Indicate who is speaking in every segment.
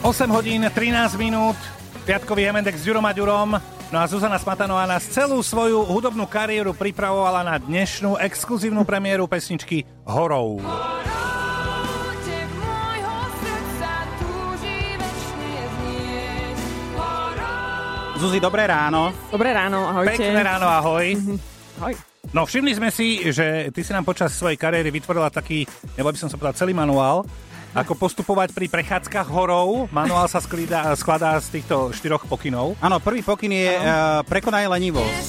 Speaker 1: 8 hodín, 13 minút, piatkový Hemendex s Jurom a Ďurom. No a Zuzana Smatanová nás celú svoju hudobnú kariéru pripravovala na dnešnú exkluzívnu premiéru pesničky Horov.
Speaker 2: Zuzi, dobré ráno.
Speaker 3: Dobré ráno, ahojte. Mhm.
Speaker 1: Pekné ráno, ahoj.
Speaker 3: Ahoj.
Speaker 1: No všimli sme si, že ty si nám počas svojej kariéry vytvorila taký, nebo by som sa povedal, celý manuál, ako postupovať pri prechádzkach horov. Manuál sa skladá, skladá z týchto štyroch pokynov.
Speaker 2: Áno, prvý pokyn je uh, prekonaj lenivosť.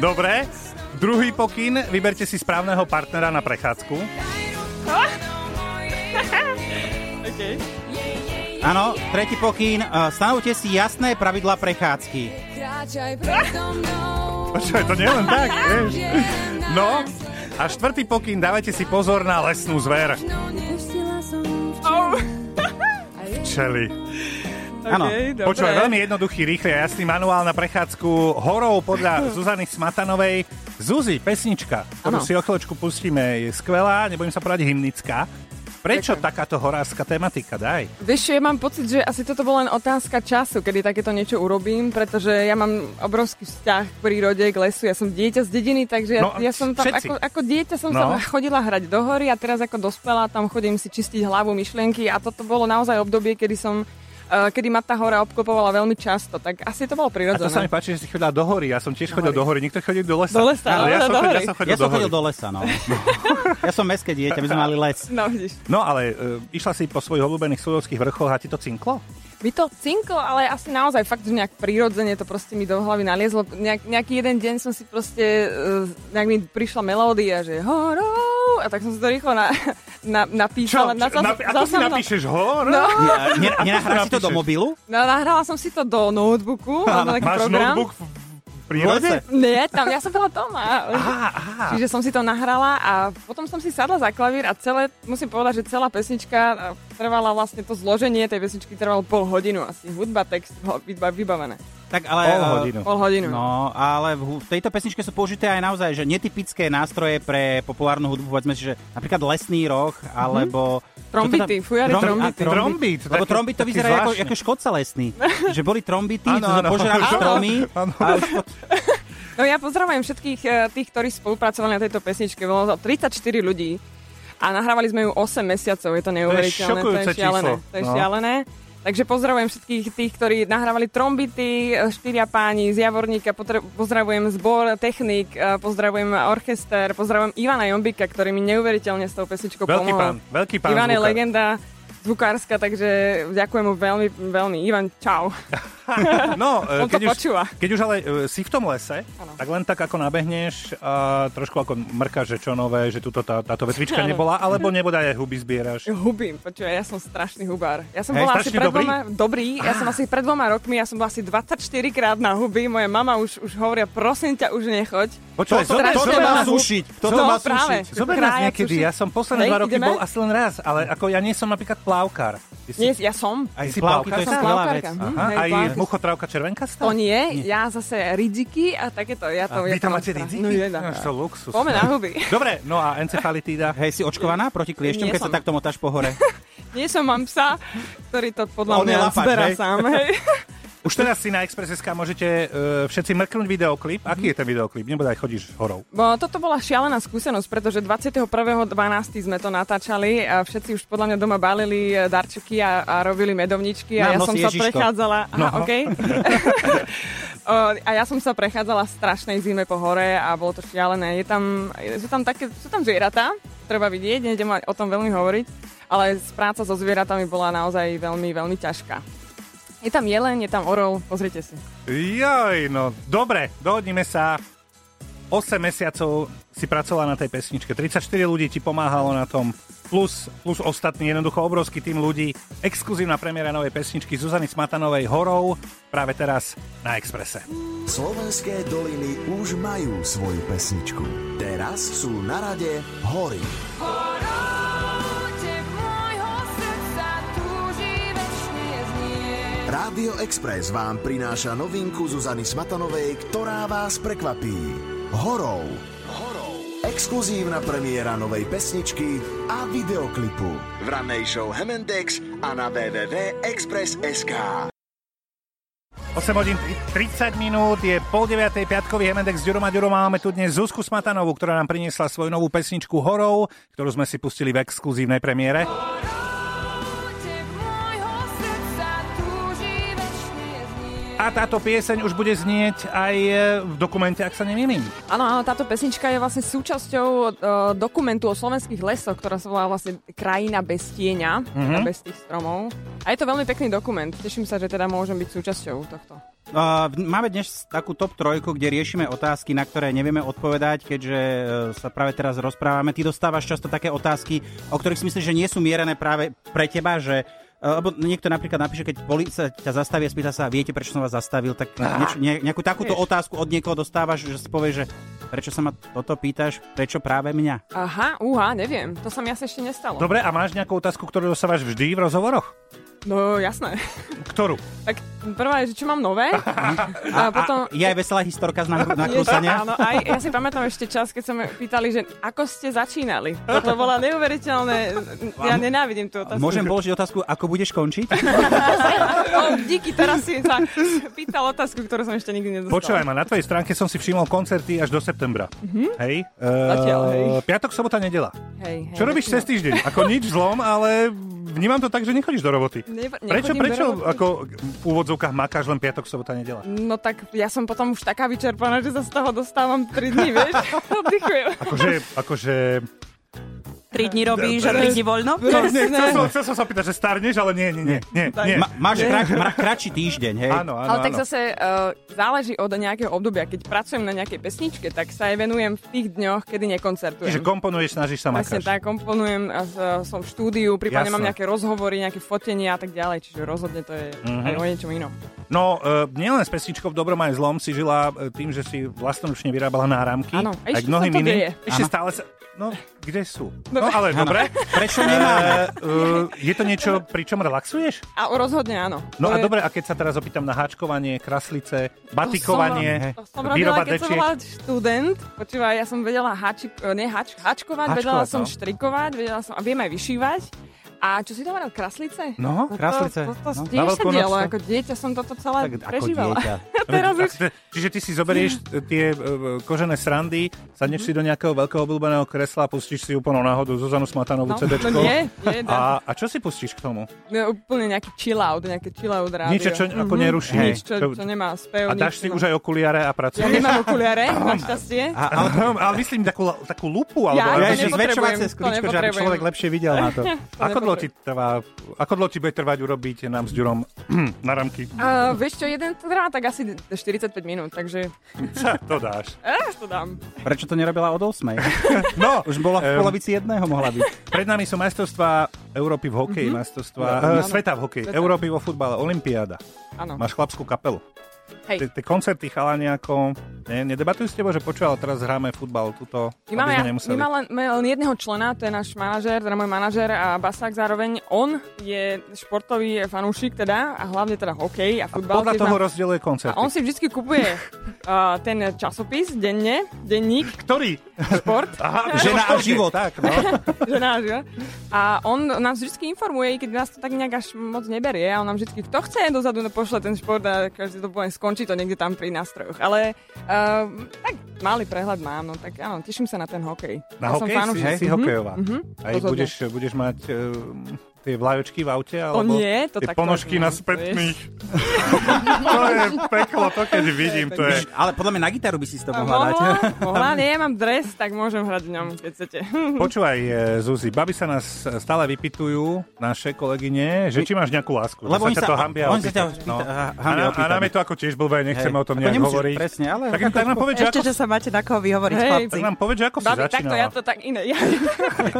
Speaker 1: Dobre. Druhý pokyn, vyberte si správneho partnera na prechádzku.
Speaker 3: Okay.
Speaker 2: Áno, tretí pokyn, uh, stanovte si jasné pravidlá prechádzky.
Speaker 4: Kráčaj predo mnou.
Speaker 1: Počkaj, to nie je len tak, vieš. No, a štvrtý pokyn, dávajte si pozor na lesnú zver.
Speaker 4: Pustila som
Speaker 3: Oh,
Speaker 1: Čeli.
Speaker 2: Áno,
Speaker 3: okay, dobre.
Speaker 1: Počúvaj, veľmi jednoduchý, rýchly a jasný manuál na prechádzku horou podľa Zuzany Smatanovej. Zuzi, pesnička, ktorú
Speaker 3: Áno.
Speaker 1: si o chvíľočku pustíme, je skvelá, nebudem sa poradiť hymnická. Prečo takáto horárska tematika? Daj.
Speaker 3: Vieš, čo, ja mám pocit, že asi toto bola len otázka času, kedy takéto niečo urobím, pretože ja mám obrovský vzťah k prírode, k lesu. Ja som dieťa z dediny, takže ja,
Speaker 1: No,
Speaker 3: ja som tam
Speaker 1: všetci.
Speaker 3: ako, ako dieťa som
Speaker 1: No.
Speaker 3: sa chodila hrať do hory a teraz ako dospelá tam chodím si čistiť hlavu, myšlienky a toto bolo naozaj obdobie, kedy som eh, kedy ma tá hora obklopovala veľmi často, tak asi to
Speaker 1: A to sa mi
Speaker 3: bolo prirodzené.
Speaker 1: páči, že si chodila do hory. Ja som tiež chodil do hory. Niekto chodil do lesa.
Speaker 3: Do lesa,
Speaker 1: Ale ja,
Speaker 3: ale
Speaker 1: som
Speaker 3: do
Speaker 1: chodil, ja
Speaker 3: hory.
Speaker 1: som chodil
Speaker 2: Ja
Speaker 1: do
Speaker 2: som
Speaker 1: hory.
Speaker 2: chodil do lesa, no. ja som meské dieťa, my sme mali les.
Speaker 3: No vidíš.
Speaker 1: No ale e, išla si po svojich obľúbených sudovských vrchoch a ti to cinklo?
Speaker 3: Mi to cinklo, ale asi naozaj fakt, že nejak prirodzene to proste mi do hlavy naliezlo. Nejak, nejaký jeden deň som si proste, uh, nejak mi prišla melódia, že horou, a tak som si to rýchlo na, na,
Speaker 1: Čo?
Speaker 3: napísala. zas-
Speaker 1: Napi- ako si
Speaker 3: zaznamenala-
Speaker 1: napíšeš hor?
Speaker 3: No,
Speaker 2: Ja, ne, nenahral si to
Speaker 1: napíšeš?
Speaker 2: do mobilu?
Speaker 3: no, nahrala som si to do notebooku. mám taký
Speaker 1: Máš
Speaker 3: program.
Speaker 1: notebook v v prírode?
Speaker 2: V lese.
Speaker 3: Nie, tam, ja som bola doma.
Speaker 1: Á, á.
Speaker 3: Čiže som si to nahrala a potom som si sadla za klavír a celé, musím povedať, že celá pesnička eh, trvala vlastne to zloženie tej pesničky trvalo pol hodinu asi. Hudba, text, ho- vyba- vybavené.
Speaker 2: Tak ale...
Speaker 1: Pol
Speaker 2: eh,
Speaker 1: hodinu.
Speaker 3: Pol hodinu.
Speaker 2: No, ale v, hu- v tejto pesničke sú použité aj naozaj že netypické nástroje pre populárnu hudbu, povedzme si, že napríklad lesný roh, alebo...
Speaker 3: Trombity, fujary trombity.
Speaker 2: a
Speaker 1: Trombit,
Speaker 2: Lebo
Speaker 1: taký-
Speaker 2: trombit to
Speaker 1: taký
Speaker 2: vyzerá ako,
Speaker 1: zvláštny.
Speaker 2: ako škodca lesný. Že boli trombity,
Speaker 1: Áno,
Speaker 2: ano, ano,
Speaker 1: áno.
Speaker 2: požerali
Speaker 1: Áno.
Speaker 2: stromy
Speaker 1: Áno.
Speaker 2: a už pod,
Speaker 3: No ja pozdravujem všetkých e, tých, ktorí spolupracovali na tejto pesničke. Bolo to 34 ľudí a nahrávali sme ju 8 mesiacov. Je to neuveriteľné.
Speaker 1: šokujúce
Speaker 3: šialené.
Speaker 1: číslo.
Speaker 3: To je
Speaker 1: No.
Speaker 3: šialené. Takže pozdravujem všetkých tých, ktorí nahrávali trombity, e, štyria páni z Javorníka, potre- pozdravujem zbor, technik, e, pozdravujem orchester, pozdravujem Ivana Jombika, ktorý mi neuveriteľne s tou pesničkou
Speaker 1: Veľký pán,
Speaker 3: pomohol.
Speaker 1: veľký pán
Speaker 3: Ivan je
Speaker 1: zvukár.
Speaker 3: legenda zvukárska, takže ďakujem mu veľmi, veľmi. Ivan, čau.
Speaker 1: No, e,
Speaker 3: On to
Speaker 1: keď, už,
Speaker 3: počúva.
Speaker 1: keď už ale e, si v tom lese, tak len tak ako nabehneš a trošku ako mrkáš, že čo nové, že tuto tá, táto vetvička
Speaker 3: Áno.
Speaker 1: nebola, alebo nebodaj aj huby zbieraš.
Speaker 3: Hubím, počuj, ja som strašný hubár. Ja som
Speaker 1: Hej,
Speaker 3: bola asi
Speaker 1: strašne
Speaker 3: pred
Speaker 1: dobrý?
Speaker 3: dvoma, dobrý, ja som asi pred dvoma rokmi, ja som bola asi 24 krát na huby, moja mama už, už hovoria, prosím ťa, už nechoď.
Speaker 1: Počúvaj,
Speaker 3: To
Speaker 1: zober-
Speaker 3: strašne
Speaker 1: zober
Speaker 3: veľa
Speaker 1: nás
Speaker 3: hub.
Speaker 2: sušiť.
Speaker 3: To
Speaker 1: No,
Speaker 2: Toto má
Speaker 3: No, práve.
Speaker 2: sušiť.
Speaker 1: Zober nás
Speaker 3: Krájať,
Speaker 1: niekedy,
Speaker 3: sušiť.
Speaker 1: ja som posledné
Speaker 3: Hej,
Speaker 1: dva roky
Speaker 3: ideme?
Speaker 1: bol asi len raz, ale ako ja nie som napríklad plavkár. Ty si-
Speaker 3: Nie, ja som.
Speaker 2: aj
Speaker 1: si
Speaker 2: plavky, to je
Speaker 1: plavkárka?
Speaker 3: Som
Speaker 2: skvelá vec.
Speaker 3: plavkárka. Hm,
Speaker 1: Aha,
Speaker 3: hej,
Speaker 1: aj
Speaker 3: plavky.
Speaker 1: muchotrávka červenka
Speaker 3: To nie, ja zase ridziky a takéto. Ja to, ja
Speaker 1: Vy
Speaker 3: to
Speaker 1: tam
Speaker 3: mám
Speaker 1: máte
Speaker 3: strach.
Speaker 1: riziky?
Speaker 3: No jedna.
Speaker 1: Až to luxus.
Speaker 3: Poďme na huby.
Speaker 1: Dobre, no a encefalitída.
Speaker 2: Hej, si očkovaná proti kliešťom,
Speaker 3: Nie
Speaker 2: keď sa
Speaker 3: som.
Speaker 2: takto motáš po hore?
Speaker 3: Nie som, mám psa, ktorý to podľa
Speaker 2: On je
Speaker 3: mňa
Speaker 2: lapač,
Speaker 3: zberá
Speaker 2: hej?
Speaker 3: sám. Hej.
Speaker 1: Už teraz si na Express.sk môžete e, všetci mrknúť videoklip. Aký je ten videoklip? Nebodaj chodíš horou.
Speaker 3: Bo toto bola šialená skúsenosť, pretože 21.12. sme to natáčali a všetci už podľa mňa doma balili e, darčeky a, a robili medovničky a
Speaker 2: Nám
Speaker 3: ja
Speaker 2: nosí
Speaker 3: som sa
Speaker 2: Ježiško.
Speaker 3: prechádzala... Aha,
Speaker 1: No.
Speaker 3: okay. O, a ja som sa prechádzala v strašnej zime po hore a bolo to šialené. Je tam, sú tam také, sú tam zvieratá, treba vidieť, nejdem o tom veľmi hovoriť, ale s- práca so zvieratami bola naozaj veľmi, veľmi ťažká. Je tam jeleň, je tam orol, pozrite si.
Speaker 1: Joj, no dobre, dohodnime sa. 8 mesiacov si pracovala na tej pesničke. 34 ľudí ti pomáhalo na tom. Plus, plus ostatní, jednoducho obrovský tým ľudí. Exkluzívna premiéra novej pesničky Zuzany Smatanovej Horou práve teraz na Exprese.
Speaker 5: Slovenské doliny už majú svoju pesničku. Teraz sú na rade hory. Rádio Express vám prináša novinku Zuzany Smatanovej, ktorá vás prekvapí. Horou. Horou. Exkluzívna premiéra novej pesničky a videoklipu. V ranej show Hemendex a na www.express.sk
Speaker 1: 8 hodín 30 minút je pol 9. piatkový Hemendex s Ďurom a Ďurom. Máme tu dnes Zuzku Smatanovú, ktorá nám priniesla svoju novú pesničku Horou, ktorú sme si pustili v exkluzívnej premiére.
Speaker 4: Tep môjho srdca túži večne znieť.
Speaker 1: A táto pieseň už bude znieť aj e, v dokumente, ak sa nemýlim.
Speaker 3: Áno, áno, táto pesnička je vlastne súčasťou uh, dokumentu o slovenských lesoch, ktorá sa volá vlastne Krajina bez tieňa, mm-hmm. teda bez tých stromov. A je to veľmi pekný dokument. Teším sa, že teda môžem byť súčasťou tohto.
Speaker 2: Uh, máme dnes takú top trojku, kde riešime otázky, na ktoré nevieme odpovedať, keďže uh, sa práve teraz rozprávame. Ty dostávaš často také otázky, o ktorých si myslíš, že nie sú mierené práve pre teba, že uh, lebo niekto napríklad napíše, keď policia ťa zastaví a spýta sa, viete, prečo som vás zastavil, tak nieč, ne, nejakú takúto otázku od niekoho dostávaš, že si povie, že prečo sa ma toto pýtaš, prečo práve mňa.
Speaker 3: Aha, uha, neviem. To sa mi asi ešte nestalo.
Speaker 1: Dobre, a máš nejakú otázku, ktorú dostávaš vždy v rozhovoroch?
Speaker 3: No, jasné.
Speaker 1: Ktorú?
Speaker 3: tak prvá je, že čo mám nové. a potom...
Speaker 2: Je aj veselá historka z na, na
Speaker 3: Je-
Speaker 2: krúsania.
Speaker 3: Áno, aj ja si pamätám ešte čas, keď sa ma pýtali, že ako ste začínali. To bola neuveriteľné. Ja nenávidím tú otázku.
Speaker 2: Môžem položiť otázku, ako budeš končiť?
Speaker 3: O, No, díky, teraz si sa pýtal otázku, ktorú som ešte nikdy nedostal.
Speaker 1: Počúvaj ma, na tvojej stránke som si všimol koncerty až do septembra. Mm-hmm. Hej? E,
Speaker 3: Mhm. Zatiaľ, hej.
Speaker 1: Piatok, sobota, nedela.
Speaker 3: Hej, hej,
Speaker 1: Čo robíš
Speaker 3: začínam.
Speaker 1: cez týždeň? Ako nič zlom, ale vnímam to tak, že nechodíš do roboty.
Speaker 3: Ne- nechodím
Speaker 1: prečo,
Speaker 3: do
Speaker 1: prečo
Speaker 3: roboty.
Speaker 1: ako v úvodzovkách makáš len piatok, sobota, nedela?
Speaker 3: No tak ja som potom už taká vyčerpaná, že sa z toho dostávam 3 dní, vieš? Oddychujem.
Speaker 1: Akože, akože...
Speaker 6: Tri dni robíš a tri dni voľno?
Speaker 1: No, nie, chcel, som, chcel som sa pýtať, že starneš, ale nie, nie, nie, nie. nie.
Speaker 2: Ma, máš krat, ma, kratší týždeň, hej?
Speaker 1: Áno, áno,
Speaker 3: Ale tak
Speaker 1: áno.
Speaker 3: zase uh, záleží od nejakého obdobia. Keď pracujem na nejakej pesničke, tak sa jej venujem v tých dňoch, kedy
Speaker 1: Čiže
Speaker 3: nekoncertujem.
Speaker 1: komponuješ, snažíš sa
Speaker 3: Presne
Speaker 1: makáš.
Speaker 3: tak, komponujem, a s- e, som v štúdiu,
Speaker 1: Jasné.
Speaker 3: prípadne mám nejaké rozhovory, nejaké fotenia a tak ďalej, čiže rozhodne to je
Speaker 1: Mhm.
Speaker 3: mm-hmm. aj o niečom inom.
Speaker 1: No, e, nielen s pesničkou v dobrom aj zlom si žila e, tým, že si vlastnoručne vyrábala náramky.
Speaker 3: Áno, a
Speaker 1: aj
Speaker 3: ešte
Speaker 1: k mnohým
Speaker 3: sa to
Speaker 1: iným.
Speaker 3: deje.
Speaker 1: Ešte stále sa... No, kde sú? No, ale dobre.
Speaker 2: Prečo
Speaker 1: E,
Speaker 2: nemáme?
Speaker 1: e, je to niečo, pri čom relaxuješ?
Speaker 3: A rozhodne áno.
Speaker 1: No
Speaker 3: To
Speaker 1: a
Speaker 3: je-
Speaker 1: dobre, a keď sa teraz opýtam na háčkovanie, kraslice, batikovanie,
Speaker 3: To som robila,
Speaker 1: výroba
Speaker 3: keď som
Speaker 1: dečiek.
Speaker 3: bola študent. Počúvaj, ja som vedela hačik, ne, hač, hačkovať,
Speaker 2: Hačkovať,
Speaker 3: vedela som
Speaker 2: no.
Speaker 3: štrikovať, vedela som, a viem aj vyšívať. A čo si tam hovoril, kraslice?
Speaker 1: No,
Speaker 3: to,
Speaker 2: kraslice,
Speaker 3: To, to, to
Speaker 2: no.
Speaker 3: tiež
Speaker 1: Na
Speaker 3: sa
Speaker 1: Veľkonoc
Speaker 3: dialo,
Speaker 1: sa-
Speaker 3: ako dieťa som toto celé
Speaker 2: Tak ako
Speaker 3: prežívala.
Speaker 2: dieťa.
Speaker 3: Teraz už... Mm.
Speaker 1: Čiže- Čiže ty si zoberieš e, tie e, e, kožené srandy, sadneš si do nejakého veľkého obľúbeného kresla a pustíš si úplnou náhodou Zuzanu Smatanovú
Speaker 3: No,
Speaker 1: CDčko.
Speaker 3: no nie, nie,
Speaker 1: a, a čo si pustíš k tomu?
Speaker 3: Ne, úplne nejaký chill out, nejaké chill out rádio. Mhm.
Speaker 1: Niečo, čo ako neruší.
Speaker 2: Hej.
Speaker 3: Nič, čo,
Speaker 1: To-
Speaker 3: čo nemá spev.
Speaker 1: A dáš
Speaker 3: nič,
Speaker 1: si
Speaker 3: no.
Speaker 1: už aj okuliare a
Speaker 3: Ja
Speaker 1: pracuješ.
Speaker 3: nemám okuliare, našťastie.
Speaker 2: A, ale
Speaker 1: ale, ale myslím takú, takú lupu, alebo...
Speaker 3: Ja,
Speaker 1: alebo-
Speaker 2: ja
Speaker 3: to
Speaker 2: ešte
Speaker 3: nepotrebujem,
Speaker 2: zväčšovacie
Speaker 3: to
Speaker 2: skličko, že aby
Speaker 3: nepotrebujem.
Speaker 2: človek lepšie videl na to.
Speaker 1: ako dlho ti trvá, ako dlho ti bude trvať urobiť nám s Ďurom na ramky?
Speaker 3: Uh, vieš čo, jeden trvá tak asi 45 minút, takže
Speaker 1: Sa to dáš.
Speaker 3: eh, to dám.
Speaker 2: Prečo to nerobila od 8?
Speaker 1: No,
Speaker 2: Už bola v
Speaker 1: Ehm.
Speaker 2: polovici jedného, mohla byť.
Speaker 1: Pred nami sú majstrovstvá Európy v hokeji, mm-hmm. majstrovstvá
Speaker 3: No,
Speaker 1: e,
Speaker 3: áno.
Speaker 1: sveta v hokeji,
Speaker 3: Sveta.
Speaker 1: Európy vo futbale, Olympiáda.
Speaker 3: Áno.
Speaker 1: Máš chlapskú kapelu.
Speaker 3: Hej.
Speaker 1: Tie- Tie koncerty chalani ako... Ne, nedebatujú s tebou, že počúval, teraz hráme futbal, tuto,
Speaker 3: My máme,
Speaker 1: aby sme
Speaker 3: my
Speaker 1: nemuseli.
Speaker 3: máme len, máme len jedného člena, to je náš manažér, teda môj manažér a basák zároveň. On je športový fanúšik teda a hlavne teda hokej a futbal.
Speaker 1: Podľa
Speaker 3: tiež
Speaker 1: toho
Speaker 3: má-
Speaker 1: rozdieluje
Speaker 3: a
Speaker 1: koncerty.
Speaker 3: on si vždy kupuje uh, ten časopis denne, denník,
Speaker 1: Ktorý?
Speaker 3: šport,
Speaker 1: Aha,
Speaker 2: Žena a
Speaker 1: športe.
Speaker 2: život.
Speaker 1: Tak, no.
Speaker 3: že náš, jo? A on nás vždy informuje, i keď nás to tak nejak až moc neberie a on nám vždy, kto chce dozadu, no pošle ten šport a každý to poviem, skončí to niekde tam pri nástrojoch. Ale uh, tak malý prehľad mám, no tak áno, teším sa na ten hokej.
Speaker 1: Na
Speaker 3: ja
Speaker 1: hokej
Speaker 3: som
Speaker 1: si,
Speaker 3: fanúšik. Mhm.
Speaker 1: si hokejová. Mm-hmm. Aj
Speaker 3: rozhodne.
Speaker 1: budeš, budeš mať um, tie vlajočky v aute, alebo
Speaker 3: nie, to
Speaker 1: tie
Speaker 3: takto
Speaker 1: ponožky
Speaker 3: nie,
Speaker 1: na
Speaker 3: to je-
Speaker 1: spätných. to je peklo, to keď vidím, to je...
Speaker 2: Víš, Ale podľa mňa na gitaru by si si to
Speaker 3: A
Speaker 2: mohla dať.
Speaker 3: mohla, nie, ja mám dres, tak môžem hrať v ňom, keď chcete.
Speaker 1: Počúvaj, e, Zuzi, baby sa nás stále vypytujú, naše kolegyne, že či máš nejakú lásku.
Speaker 2: Lebo
Speaker 1: že
Speaker 2: oni
Speaker 1: sa ťa
Speaker 2: sa-
Speaker 1: to hambia
Speaker 2: oni sa
Speaker 1: opýtať,
Speaker 2: ťa
Speaker 1: no.
Speaker 2: pýta- a-
Speaker 1: a,
Speaker 2: hambia
Speaker 1: nám, a
Speaker 2: opýtať.
Speaker 1: nám je to ako tiež blbé, nechceme
Speaker 2: Hej.
Speaker 1: o tom
Speaker 2: Ako
Speaker 1: nejak
Speaker 2: nemusíš-
Speaker 1: hovoriť.
Speaker 2: presne, ale
Speaker 1: tak, tak
Speaker 2: ako-
Speaker 1: nám povedz, že
Speaker 6: Ešte,
Speaker 1: ako,
Speaker 6: že sa máte na koho vyhovoriť,
Speaker 3: Hej,
Speaker 6: chlapci.
Speaker 1: tak nám povedz, že ako si
Speaker 3: Babi, takto
Speaker 1: začínala.
Speaker 3: ja to tak iné.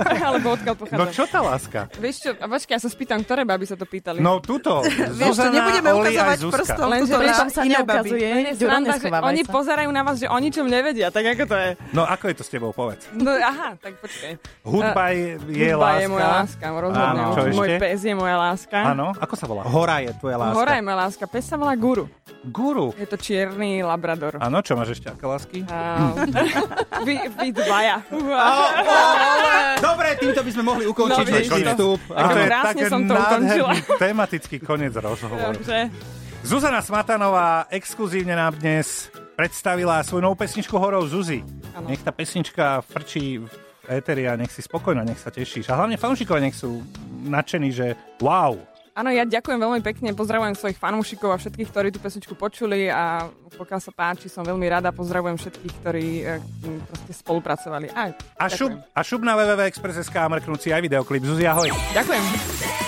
Speaker 3: Ja, alebo odkiaľ pochádzam.
Speaker 1: No čo tá láska?
Speaker 3: Vieš čo, a počkaj, ja sa spýtam, ktoré baby sa to pýtali.
Speaker 1: No tuto,
Speaker 6: Vieš čo,
Speaker 1: Zuzana,
Speaker 6: nebudeme
Speaker 1: Oli aj
Speaker 6: ukazovať
Speaker 1: Zuzka.
Speaker 6: prstom,
Speaker 3: Lenže
Speaker 6: tuto
Speaker 3: pri
Speaker 6: na
Speaker 3: tom
Speaker 6: sa
Speaker 7: sa
Speaker 6: iné baby.
Speaker 7: neukazuje.
Speaker 3: To je
Speaker 7: Ďuro,
Speaker 3: sranda, že
Speaker 7: neschovávaj
Speaker 3: oni
Speaker 7: sa.
Speaker 3: pozerajú na vás, že o ničom nevedia, tak ako to je.
Speaker 1: No ako je to s tebou, povedz.
Speaker 3: No aha, tak počkaj.
Speaker 1: Hudba je, je
Speaker 3: Eh, Hudba
Speaker 1: láska.
Speaker 3: je moja láska, rozhodne. no.
Speaker 1: Áno, čo
Speaker 3: Môj
Speaker 1: ešte?
Speaker 3: pes je moja láska.
Speaker 1: Áno, ako sa volá?
Speaker 2: Hora je tvoja láska.
Speaker 3: Hora je moja láska, pes sa volá Guru.
Speaker 1: Guru.
Speaker 3: Je to čierny labrador.
Speaker 1: Áno, čo máš ešte aké lásky?
Speaker 3: A vy, vy dvaja.
Speaker 2: Dobre, týmto by sme mohli ukončiť
Speaker 3: No,
Speaker 2: dnešný
Speaker 1: vidíš to.
Speaker 2: vstup.
Speaker 1: A to je
Speaker 3: Krásne
Speaker 1: také
Speaker 3: som to ukončila.
Speaker 1: nádherný tematický koniec rozhovoru.
Speaker 3: Dobre.
Speaker 1: Zuzana Smatanová exkluzívne nám dnes predstavila svoju novú pesničku Horov Zuzi.
Speaker 3: Áno.
Speaker 1: Nech tá pesnička frčí v éteri a nech si spokojná, nech sa tešíš. A hlavne fanúšikovia nech sú nadšení, že wow.
Speaker 3: Áno, ja ďakujem veľmi pekne, pozdravujem svojich fanúšikov a všetkých, ktorí tú pesničku počuli a pokiaľ sa páči, som veľmi rada, pozdravujem všetkých, ktorí eh, m, proste spolupracovali. Aj,
Speaker 1: A šup, a šup na www.express.sk a mrknúci aj videoklip. Zuzi, ahoj.
Speaker 3: Ďakujem.
Speaker 4: Express.